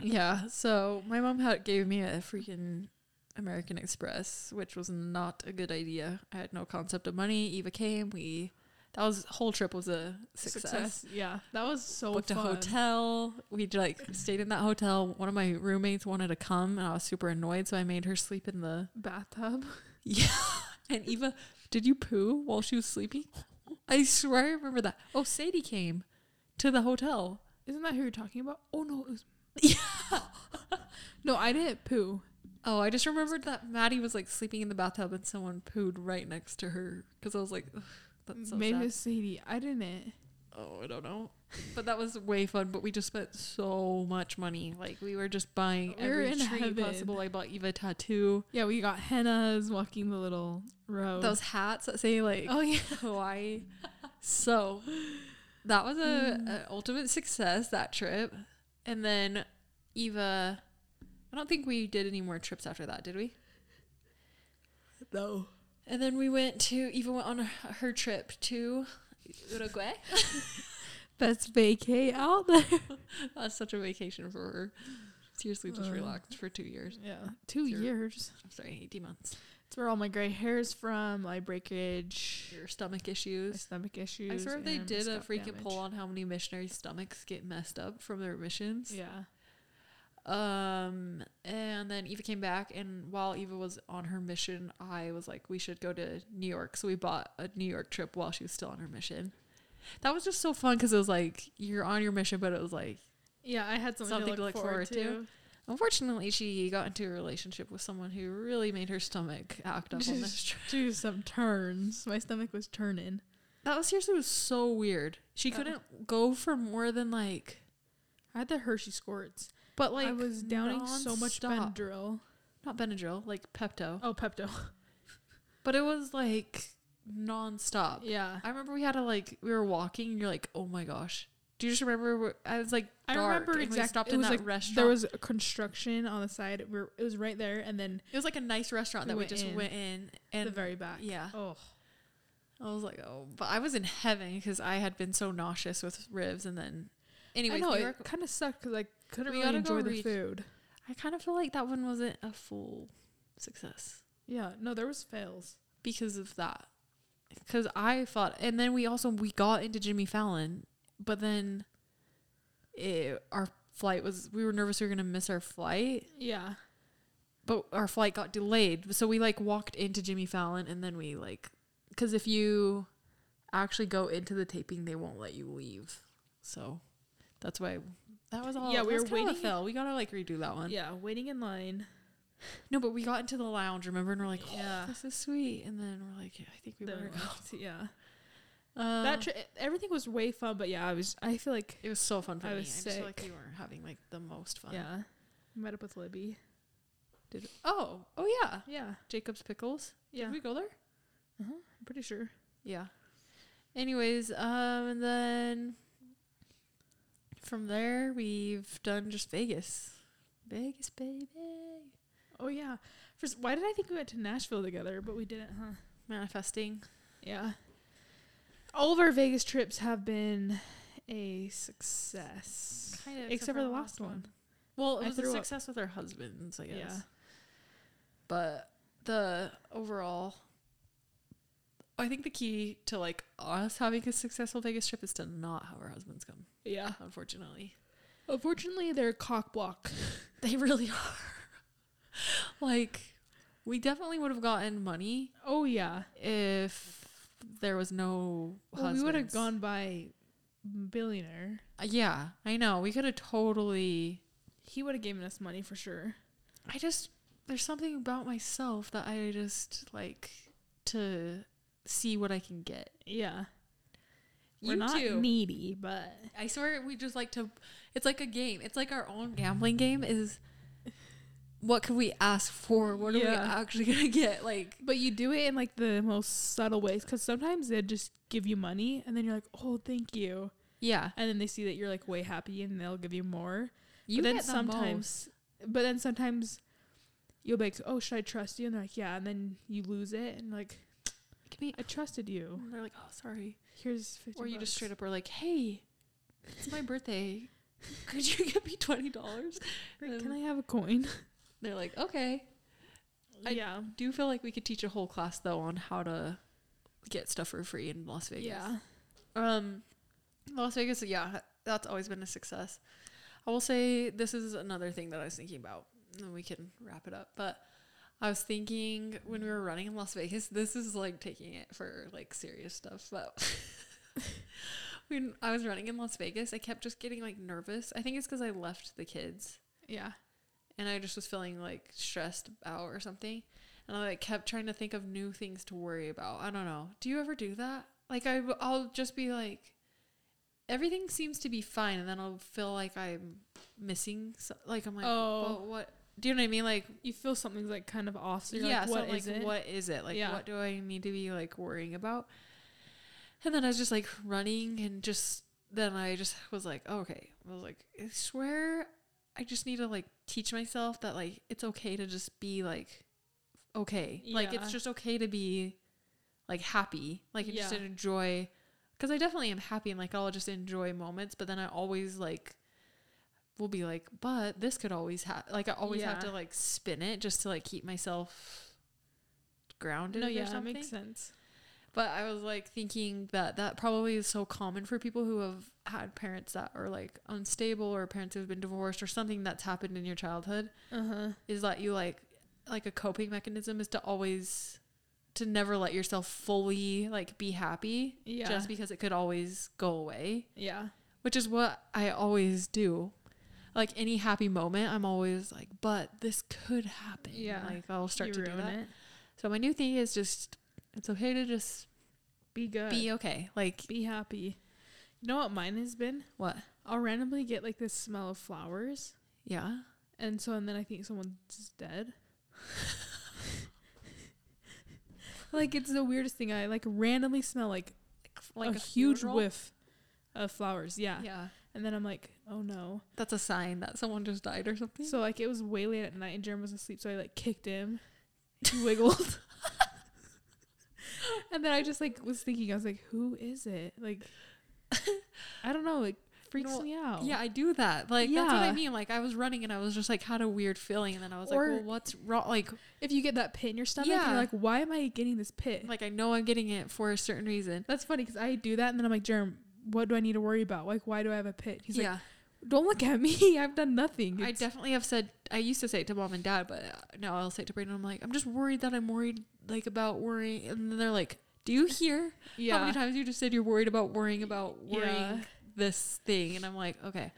Yeah. So my mom had gave me a freaking American Express, which was not a good idea. I had no concept of money. Eva came. We that was whole trip was a success.
Yeah, that was so
Booked
fun.
a hotel. We like stayed in that hotel. One of my roommates wanted to come, and I was super annoyed, so I made her sleep in the
Bathtub.
yeah. And Eva, did you poo while she was sleeping? I swear I remember that. Oh, Sadie came to the hotel.
Isn't that who you're talking about? Oh no, it was
Yeah.
no. I didn't poo.
Oh, I just remembered that Maddie was like sleeping in the bathtub and someone pooed right next to her because I was like, "Ugh, that's so
Maybe
sad."
it was Sadie. I didn't.
oh, I don't know. But that was way fun. But we just spent so much money. Like we were just buying
We were
every
in
tree
heaven.
possible. I bought Eva a tattoo.
Yeah, we got hennas walking the little road.
Those hats that say like
oh yeah,
Hawaii. so that was a, a ultimate success that trip. And then Eva, I don't think we did any more trips after that, did we?
no.
And then we went to Eva went on her trip to Uruguay.
Best vacay out there.
That's such a vacation for her. Seriously, just
Uh,
relaxed for two years.
Yeah, two
Zero.
years.
I'm sorry, eighteen months.
It's where all my gray hairs from, my breakage,
Your stomach
my
issues.
stomach issues.
I swear they
and
did a
scalp
freaking
damage.
poll on how many missionary stomachs get messed up from their missions.
Yeah,
Um, and then Eva came back, and while Eva was on her mission, I was like, we should go to New York. So we bought a New York trip while she was still on her mission. That was just so fun because it was like you're on your mission, but it was like
yeah. I had something, to look, forward, to.
unfortunately she got into a relationship with someone who really made her stomach act up on this trip.
do some turns. My stomach was turning.
That was seriously was so weird. She
Oh.
couldn't go for more than like,
I had the Hershey squirts.
but like
I was downing so much
nonstop.
Benadryl.
not Benadryl, like Pepto.
Oh, Pepto.
But it was like nonstop.
Yeah.
I remember we had to like we were walking. and You're like, oh my gosh. Do you just remember? Where, I was like,
I
dark,
remember
and we
exact-
stopped
it
in
was
that
like-
restaurant.
There was a construction on the side. We were, it was right there, and then
it was like a nice restaurant
We
that we
went
just
in.
went in, and
the very back.
yeah,
Oh,
I was like, oh, but I was in heaven because I had been so nauseous with ribs, and then
I
anyway,
know it kind of sucked because I couldn't
We
really
gotta go
enjoy the
reach-
food.
I kind of feel like that one wasn't a full success
Yeah, no, there was fails.
because of that. Because I thought, and then we also we got into Jimmy Fallon, but then it, our flight was we were nervous we were gonna miss our flight,
Yeah,
but our flight got delayed. So we like walked into Jimmy Fallon, and then we like because if you actually go into the taping, they won't let you leave. So that's why that was all.
Yeah, we
that's
were
kinda
waiting-
A fail. We gotta like redo that one.
yeah, waiting in line.
No, but we got into the lounge, remember? And we're like, oh,
Yeah.
this is sweet. And then we're like, I think we
There
better
it was, yeah,
go. Uh,
that tri- everything was way fun, but yeah, I was. I feel like
it was so fun for
I
me.
was
I just feel like
sick.
you were having like the most fun.
yeah, met up with Libby.
Oh, oh yeah.
Yeah,
Jacob's Pickles.
yeah,
Did we go there?
uh-huh, I'm pretty sure.
Yeah. Anyways, um, and then from there we've done just Vegas. Vegas, baby.
Oh yeah, first, why did I think we went to Nashville together? But we didn't, huh?
Manifesting.
Yeah. All of our Vegas trips have been a success.
Kind of,
Except, for the last one.
Well,
I
it was a
threw up.
success with our husbands, I guess.
Yeah.
But the overall, I think the key to like us having a successful Vegas trip is to not have our husbands come.
Yeah.
Unfortunately,
Unfortunately, they're cock block.
they really are. like, we definitely would have gotten money
Oh, yeah.
if there was no
Well,
husbands.
we would have gone by billionaire.
Uh, Yeah, I know. We could have totally.
He would have given us money for sure.
I just there's something about myself that I just like to see what I can get.
Yeah.
You
We're not
too.
needy, but
I swear we just like to it's like a game. It's like our own gambling game is what could we ask for? What are we
Yeah.
actually gonna get? Like,
But you do it in like the most subtle ways because sometimes they just give you money and then you're like, oh, thank you.
yeah,
And then they see that you're like way happy and they'll give you more.
you
but then
get the
sometimes, but then sometimes you'll be like, oh, should I trust you? And they're like, yeah. And then you lose it and like,
most. Give me-
I trusted you.
and they're like, oh, sorry.
Here's 50
Or you just straight up are like, hey, it's my birthday. Could you give me twenty dollars?
Can I have a coin?
They're like, okay. I-
yeah.
Do you feel like we could teach a whole class though on how to get stuff for free in Las Vegas?
Yeah.
Um, Las Vegas, yeah, that's always been a success. I will say this is another thing that I was thinking about, and we can wrap it up. But I was thinking when we were running in Las Vegas, this is like taking it for like serious stuff. But when I was running in Las Vegas, I kept just getting like nervous. I think it's because I left the kids
Yeah.
and I just was feeling like stressed out or something. And I like kept trying to think of new things to worry about. I don't know. Do you ever do that? Like I, w- I'll just be like, everything seems to be fine, and then I'll feel like I'm missing. So- like I'm like,
Oh.
"Well, what? Do you know what I mean? Like,
You feel something's like kind of off. So you're
yeah.
like,
so
what
I'm like,
is it?
what is it? Like,
Yeah.
what do I need to be like worrying about? And then I was just like running and just then I just was like, oh, okay. I was like, I swear, I just need to like teach myself that like it's okay to just be like okay. Like
Yeah.
it's just okay to be like happy. Like and just
Yeah.
enjoy. Because I definitely am happy and like I'll just enjoy moments, but then I always like will be like, but this could always happen. Like I always have
Yeah.
to like spin it just to like keep myself grounded
No,
or
yeah, that
something.
makes sense.
But I was like thinking that that probably is so common for people who have had parents that are like unstable or parents who have been divorced or something that's happened in your childhood
Uh huh.
is that you like like a coping mechanism is to always to never let yourself fully like be happy
Yeah.
just because it could always go away
yeah.
which is what I always do. Like any happy moment, I'm always like, but this could happen.
Yeah.
Like I'll start
You
to do
ruin
that.
it.
So my new thing is just it's okay to just
Be good.
be okay. Like
be happy. You know what mine has been?
what?
I'll randomly get like this smell of flowers,
Yeah.
and so and then I think someone's dead. like it's the weirdest thing. I like randomly smell like
Like
a, huge
funeral?
whiff of flowers. Yeah.
Yeah.
and then I'm like, oh no.
That's a sign that someone just died or something.
So like it was way late at night, and Jerem was asleep, so I like kicked him. He wiggled. and then I just like was thinking, I was like, who is it? Like, I don't know. It freaks
know,
me out.
Oh. yeah, I do that. Like that's what I
Yeah.
mean. Like I was running and I was just like had a weird feeling and then I was
Or-
like, well, what's wrong? Like
if you get that pit in your stomach,
Yeah.
you're like, why am I getting this pit?
like I know I'm getting it for a certain reason.
That's funny because I do that, and then I'm like, Jerem, what do I need to worry about? Like, why do I have a pit? He's
yeah.
like, don't look at me. I've done nothing.
I
It's-
definitely have said I used to say it to mom and dad, but now I'll say it to Brandon. I'm like, I'm just worried that I'm worried like about worrying, and then they're like, Do you hear
yeah.
how many times you just said you're worried about worrying about worrying
Yeah.
this thing? And I'm like, okay.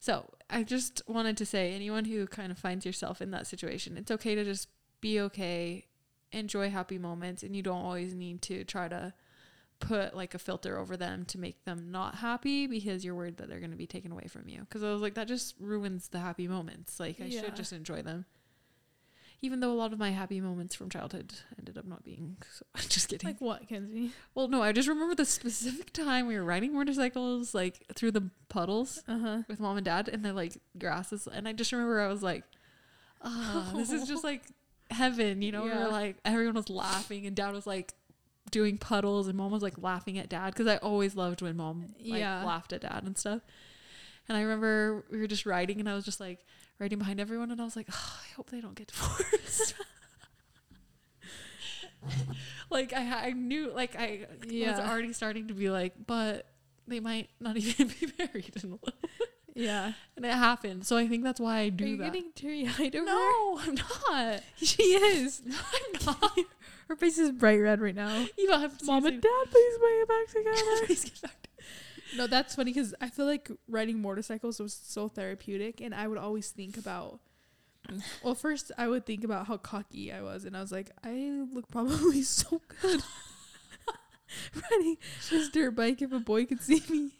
So I just wanted to say, anyone who kind of finds yourself in that situation, it's okay to just be okay, enjoy happy moments, and you don't always need to try to put like a filter over them to make them not happy because you're worried that they're going to be taken away from you. Because I was like, that just ruins the happy moments. Like, I
Yeah.
should just enjoy them. Even though a lot of my happy moments from childhood ended up not being so, just kidding.
Like what, Kenzie?
well, no, I just remember the specific time we were riding motorcycles like through the puddles
Uh huh.
with mom and dad and the like grasses. And I just remember I was like, ah, this is just like heaven, you know? We
Yeah.
were like, everyone was laughing and dad was like doing puddles and mom was like laughing at dad because I always loved when mom like
Yeah.
laughed at dad and stuff. And I remember we were just riding and I was just like riding behind everyone and I was like, oh, I hope they don't get divorced. like I, ha- I knew like I
Yeah.
was already starting to be like, but they might not even be married in a little
Yeah.
and it happened. So I think that's why I do
Are you
that.
getting teary eyed over there?
no, I'm not.
She is.
No, I'm not.
Her face is bright red right now.
You don't have to
Mom
say
and Dad, please bring it back
that.
together.
Please get back to-
no, that's funny because I feel like riding motorcycles was so therapeutic, and I would always think about. Well, first I would think about how cocky I was, and I was like, I look probably so good riding this dirt bike if a boy could see me.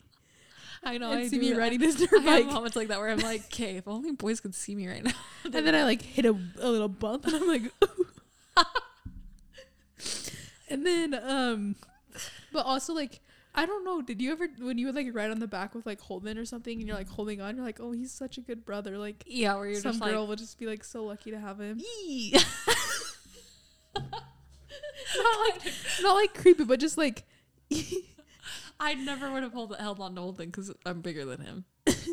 I know.
and
I
see
do
me
that.
riding this
I
dirt
have
bike.
moments like that where I'm like, okay, if only boys could see me right now.
And then I like hit a, a little bump and I'm like, and then, um, but also like, I don't know. Did you ever, when you would like ride on the back with like Holden or something and you're like holding on, you're like, oh, he's such a good brother. Like,
Yeah, where you're
some
just
girl
like,
will just be like so lucky to have him.
"Yee."
Not like, not like creepy, but just like,
I never would have hold, held on to Holden because I'm bigger than him.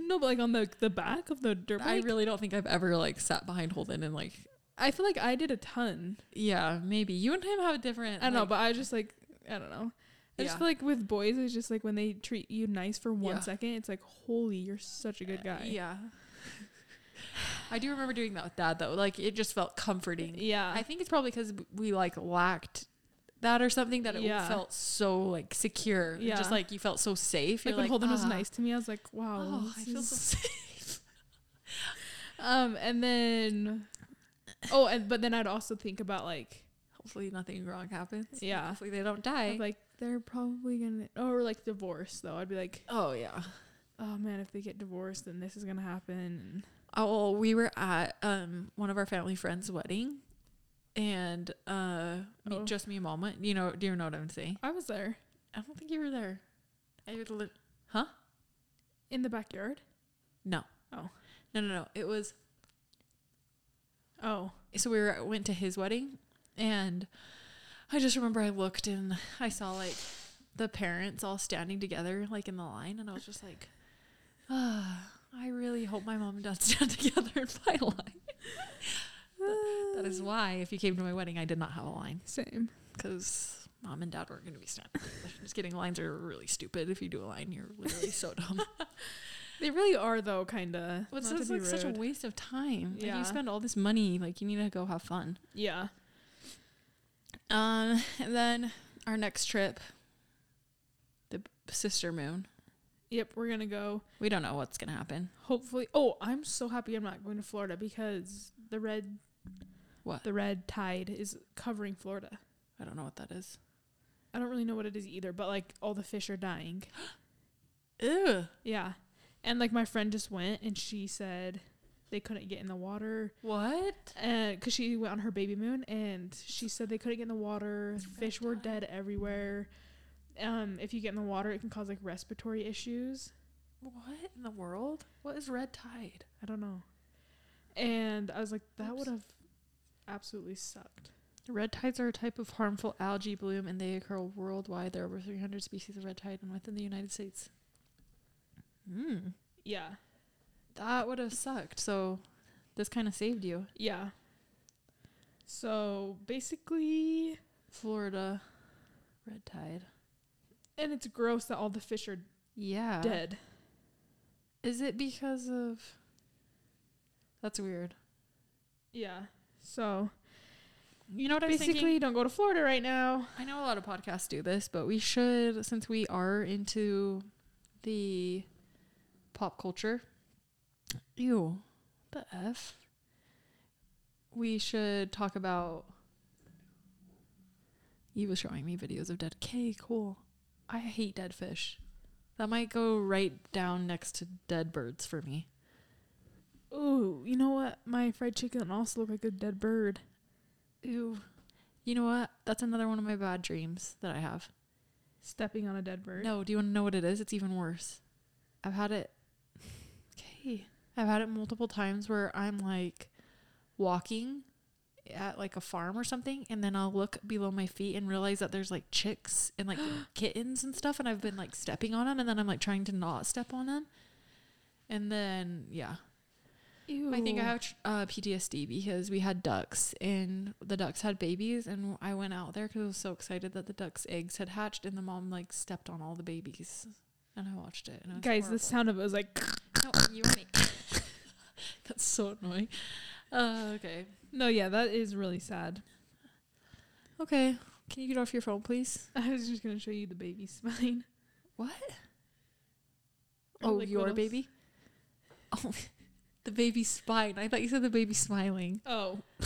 no, but like on the the back of the dirt bike.
I really don't think I've ever like sat behind Holden and like,
I feel like I did a ton.
yeah, maybe you and him have a different.
I don't know,
like-
but I just like I don't know. I just
Yeah.
feel like with boys, it's just like when they treat you nice for one
Yeah. Uh,
second, it's like, holy, you're such a good guy.
yeah. I do remember doing that with dad though. Like it just felt comforting.
Yeah.
I think it's probably because we like lacked that or something that it
Yeah.
felt so like secure. and
Yeah.
Just like you felt so safe.
like
You're
when Holden was
"Ah,
nice to me, I was like, wow.
Oh, I
this
feel so
is-"
safe.
Um, and then, oh, and but then I'd also think about like,
Hopefully nothing wrong happens.
Yeah.
Hopefully they don't
I'd
die.
be like they're probably gonna, or like divorce though. I'd be like,
oh yeah.
oh man, if they get divorced, then this is gonna happen.
Oh, well, we were at um one of our family friends' wedding, and uh, me,
Oh.
just me and Mama. You know, do you know what I'm saying?
I was there
I don't think you were there. I would li-
in the backyard.
no.
Oh.
No, no, no. It was
Oh,
so we were, went to his wedding, and I just remember I looked and I saw like the parents all standing together like in the line, and I was just like, ah, I really hope my mom and dad stand together in my line. that is why if you came to my wedding, I did not have a line.
same.
because mom and dad weren't going to be standing. together. Just kidding. Lines are really stupid. If you do a line, you're literally so dumb.
They really are though, kind of.
What's this like such a waste of time? Like
Yeah.
you spend all this money. Like you need to go have fun.
yeah.
Um, and then our next trip, the b- sister moon.
Yep, we're gonna go.
We don't know what's gonna happen.
Hopefully, oh, I'm so happy I'm not going to Florida because the red,
What?
the red tide is covering Florida.
I don't know what that is.
I don't really know what it is either, but like all the fish are dying.
Ew.
Yeah, and like my friend just went and she said they couldn't get in the water
What?
because Uh, she went on her baby moon and she said they couldn't get in the water. Fish were dead everywhere. Um, if you get in the water, it can cause like respiratory issues.
What in the world? What is red tide?
I don't know. And I was like, that
Oops.
would have absolutely sucked.
Red tides are a type of harmful algae bloom and they occur worldwide. There are over 300 species of red tide and within the United States. Mm,
Yeah.
that would have sucked. So this kind of saved you.
Yeah. So basically,
Florida, red tide.
and it's gross that all the fish are
Yeah.
dead.
Is it because of. That's weird.
Yeah. So
You know what
basically, don't go to Florida right now.
I know a lot of podcasts do this, but we should, since we are into the pop culture. Ew, the F. We should talk about. You was showing me videos of dead. Okay, cool. I hate dead fish. That might go right down next to dead birds for me.
Ooh, you know what? My fried chicken also looked like a dead bird.
Ew. You know what? That's another one of my bad dreams that I have.
Stepping on a dead bird.
No, do you want to know what it is? It's even worse. I've had it. Okay. I've had it multiple times where I'm like walking at like a farm or something, and then I'll look below my feet and realize that there's like chicks and like kittens and stuff, and I've been like stepping on them, and then I'm like trying to not step on them. And then, yeah.
Ew.
I think I have tr- uh, PTSD because we had ducks and the ducks had babies, and I went out there because I was so excited that the ducks' eggs had hatched, and the mom like stepped on all the babies, and I watched it. And it was
Guys, the sound of it was like,
horrible. No, you and me. That's so annoying. Uh, okay,
no, yeah, that is really sad.
okay. Can you get off your phone, please?
I was just gonna show you the baby spine.
What?
Or,
oh,
like,
your
little-
baby. Oh, the baby's spine. I thought you said the baby smiling.
Oh,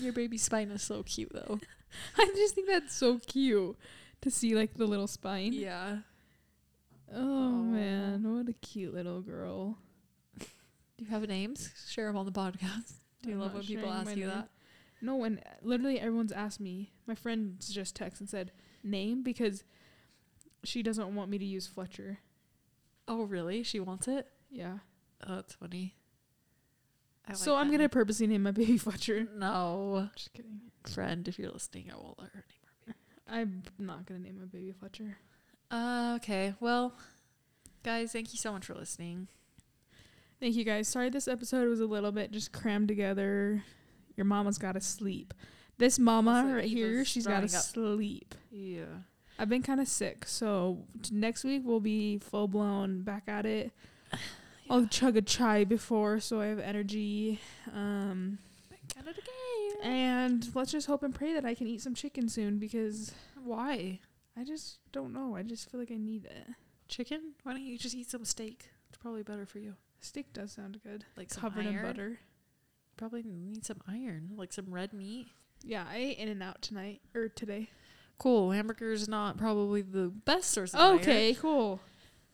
Your baby's spine is so cute, though.
I just think that's so cute to see like the little spine.
Yeah.
Oh,
Oh.
man, what a cute little girl.
Do you have names? Share them on the podcast. Do you
I'm
love
not
when people
sharing
ask
my
you
name.
that?
No one, literally everyone's asked me. My friend just texted and said name because she doesn't want me to use Fletcher.
Oh, really? She wants it?
Yeah.
Oh, that's funny. I like
so I'm
that
going to
name.
purposely name my baby Fletcher.
No.
Just kidding.
Friend, if you're listening, I won't let her name
I'm not going to name my baby Fletcher.
Uh, okay. Well, guys, thank you so much for listening.
Thank you guys. Sorry this episode was a little bit just crammed together. Your mama's got to sleep. This mama
Also,
right here,
Eva's
she's got to
throwing up.
sleep.
Yeah.
I've been kind of sick, so t- next week we'll be full blown back at it. I'll chug a chai before so I have energy. Um,
Got it again.
and let's just hope and pray that I can eat some chicken soon because
Why?
I just don't know. I just feel like I need it.
Chicken? Why don't you just eat some steak? It's probably better for you.
Steak does sound good.
Like some
Covered in
iron?
butter.
Probably need some iron, like some red meat.
Yeah, I ate In and Out tonight or today.
Cool. Hamburger's not probably the best source of iron.
Okay, cool.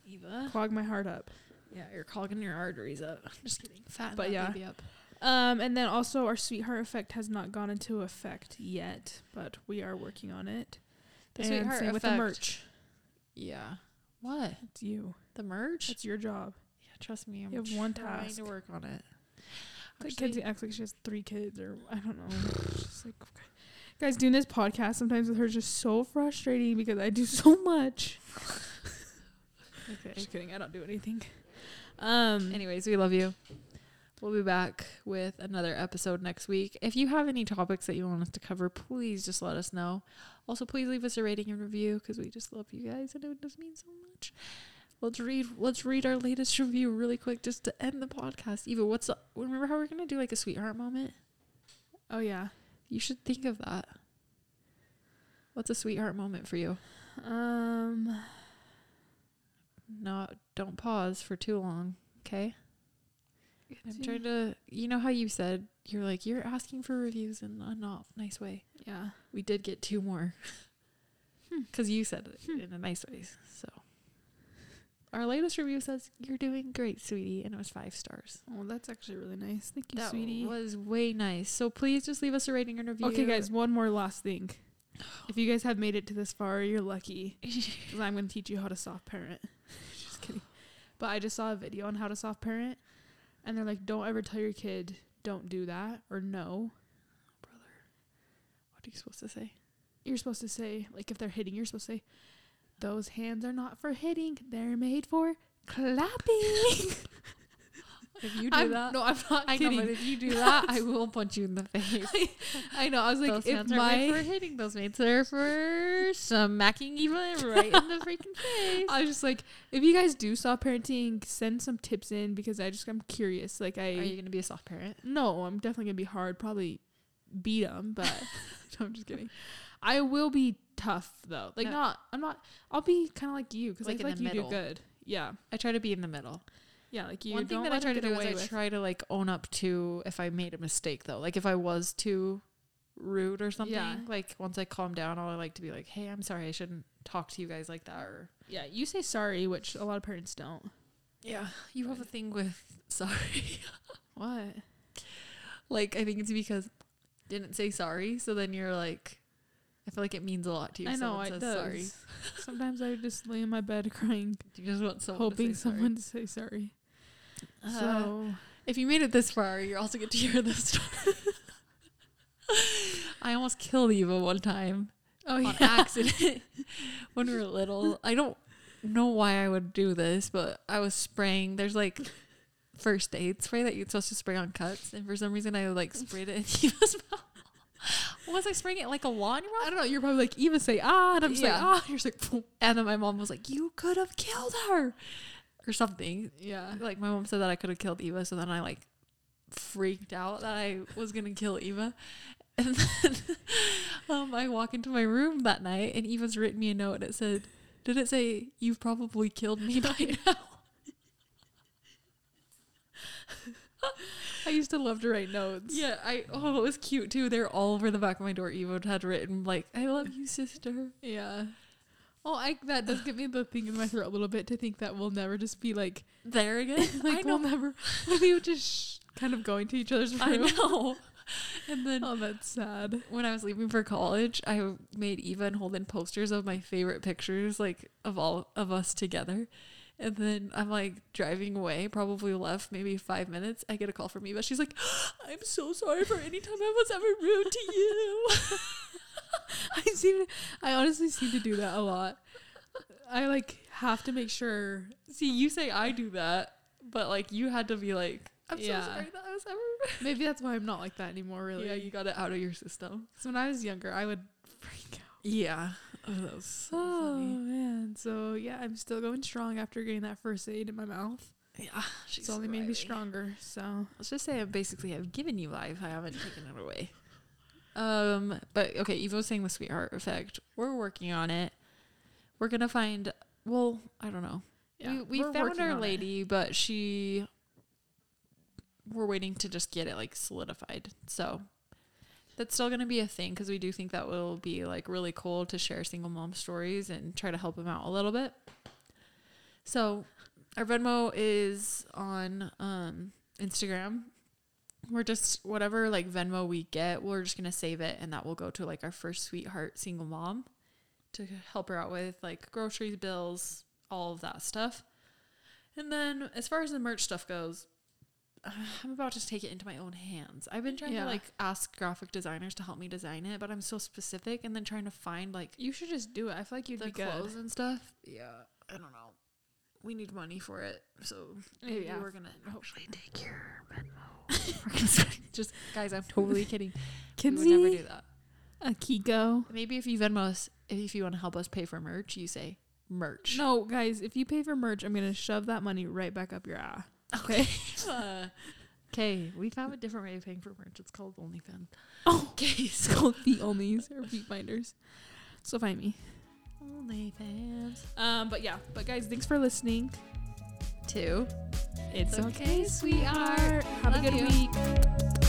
Eva.
Clog my heart up.
Yeah, you're clogging your arteries up. Just kidding. Fatten
But
that
yeah.
baby up.
Um, and then also our sweetheart effect has not gone into effect yet, but we are working on it.
The
And
sweetheart
same with the
effect.
merch.
Yeah. What?
It's you.
The merge?
It's your job.
Yeah, trust me. I'm
You have one
trying
task.
to work on it.
Like
Actually-
Kenzie acts like she has three kids, or I don't know. It's just like, okay. guys, doing this podcast sometimes with her is just so frustrating because I do so much.
Okay.
Just kidding, I don't do anything. Um,
Anyways, we love you. We'll be back with another episode next week. If you have any topics that you want us to cover, please just let us know. Also, please leave us a rating and review because we just love you guys and it does mean so much. Let's read. Let's read our latest review really quick just to end the podcast. Eva, what's the, remember how we're gonna do like a sweetheart moment?
oh yeah.
You should think of that. What's a sweetheart moment for you?
Um,
No, don't pause for too long. Okay. I'm trying to. You know how you said you're like you're asking for reviews in a not nice way.
yeah.
We did get two more
Hmm.
because you said it
Hmm.
in a nice way. So our latest review says you're doing great, sweetie, and it was five stars.
Oh, that's actually really nice. Thank you,
that
sweetie.
was way nice. So please just leave us a rating and review.
Okay, guys, one more last thing. If you guys have made it to this far, you're lucky. Because I'm going to teach you how to soft parent. just kidding. But I just saw a video on how to soft parent. And they're like, don't ever tell your kid, don't do that or no.
brother. What are you supposed to say?
You're supposed to say, like, if they're hitting, you're supposed to say, those hands are not for hitting. They're made for clapping.
If you do
I'm-
that,
No, I'm not
I know.
kidding.
But if you do that, I will punch you in the face.
I know. I was like,
those
if
hands are made
my.
for hitting. Those hands are for smacking even right in the freaking face.
I was just like, if you guys do soft parenting, send some tips in because I just I'm curious. Like I
Are you gonna be a soft parent?
no, I'm definitely gonna be hard. Probably beat them, but no, I'm just kidding. I will be tough though. Like
No.
not, I'm not. I'll be kind of like you because
Like
like,
in
like
the
you
middle.
do good. Yeah,
I try to be in the middle.
yeah. Like you.
One thing
don't
that
let
I try to
them
do
get
is
away
I
with.
try to like own up to if I made a mistake though. Like if I was too rude or something.
Yeah.
Like once I calm down, I'll like to be like, "Hey, I'm sorry. I shouldn't talk to you guys like that." Or
Yeah, you say sorry, which a lot of parents don't.
yeah, you have a thing with sorry.
What?
like I think it's because didn't say sorry, so then you're like, I feel like it means a lot to you.
I
if
know
someone
it
says
does.
Sorry.
Sometimes I would just lay in my bed crying,
You just want someone
hoping
to say sorry.
someone to say sorry.
Uh,
so
If you made it this far, you also get to hear this story. I almost killed Eva one time
oh
on accident when we were little. I don't know why I would do this, but I was spraying. There's like first aid spray that you're supposed to spray on cuts, and for some reason I like sprayed it in Eva's mouth. Was I spraying it like a wand?
I don't know. You're probably like Eva say ah, and I'm just
Yeah.
like ah. You're just like
And then my mom was like, "You could have killed her," or something.
yeah.
like my mom said that I could have killed Eva, so then I like freaked out that I was gonna kill Eva. And then um, I walk into my room that night and Eva's written me a note and it said, Did it say you've probably killed me by now?
"Ah." I used to love to write notes.
yeah, I oh it was cute too. They're all over the back of my door. Eva had written like, I love you, sister.
Yeah. Oh, I that does get me the thing in my throat a little bit to think that we'll never just be like
There again.
like
I
we'll
know.
never we'll be just sh- kind of going to each other's
I
room.
know. And then
Oh, that's sad.
when I was leaving for college, I made Eva and Holden posters of my favorite pictures, like of all of us together. And then I'm like driving away, probably left maybe five minutes. I get a call from Eva. She's like, "Ah, I'm so sorry for any time I was ever rude to you.
I seem I honestly seem to do that a lot. I like have to make sure
See, you say I do that, but like you had to be like, I'm
Yeah.
so sorry that I was ever rude.
maybe that's why I'm not like that anymore really.
Yeah, you got it out of your system.
Cuz when I was younger, I would freak out.
Yeah. Oh, that was so
oh
funny.
man. So yeah, I'm still going strong after getting that first aid in my mouth.
Yeah. She's
it's only made me
surviving.
stronger. So
Let's just say I basically have given you life. I haven't taken it away. Um, but okay, Eva was saying the sweetheart effect. We're working on it. We're gonna find. Well, I don't know.
yeah,
we we
we're
found
working
our
on it.
lady, but she. We're waiting to just get it like solidified. So that's still gonna be a thing because we do think that will be like really cool to share single mom stories and try to help them out a little bit. So our Venmo is on um, Instagram. We're just whatever like Venmo we get, we're just gonna save it, and that will go to like our first sweetheart single mom to help her out with like groceries, bills, all of that stuff. And then as far as the merch stuff goes, uh, I'm about to take it into my own hands. I've been trying
Yeah.
to like ask graphic designers to help me design it, but I'm so specific, and then trying to find like
You should just do it. I feel like you'd
the
be good.
clothes and stuff. Yeah, I don't know. We need money for it, so maybe
Yeah.
we're gonna actually take your Venmo. We're gonna spend- Just guys, I'm totally kidding. we would never do that.
Akiko.
Maybe if you Venmo us, if you want to help us pay for merch, you say merch.
No, guys, if you pay for merch, I'm gonna shove that money right back up your ass.
okay. Okay, we found a different way of paying for merch. It's called OnlyFans.
Oh,
Okay,
it's
so
called the onlys or feet binders. So find me.
OnlyFans.
Um, but yeah, but guys, thanks for listening.
Two.
It's
okay,
sweetheart. Have a
Love
good
you.
week.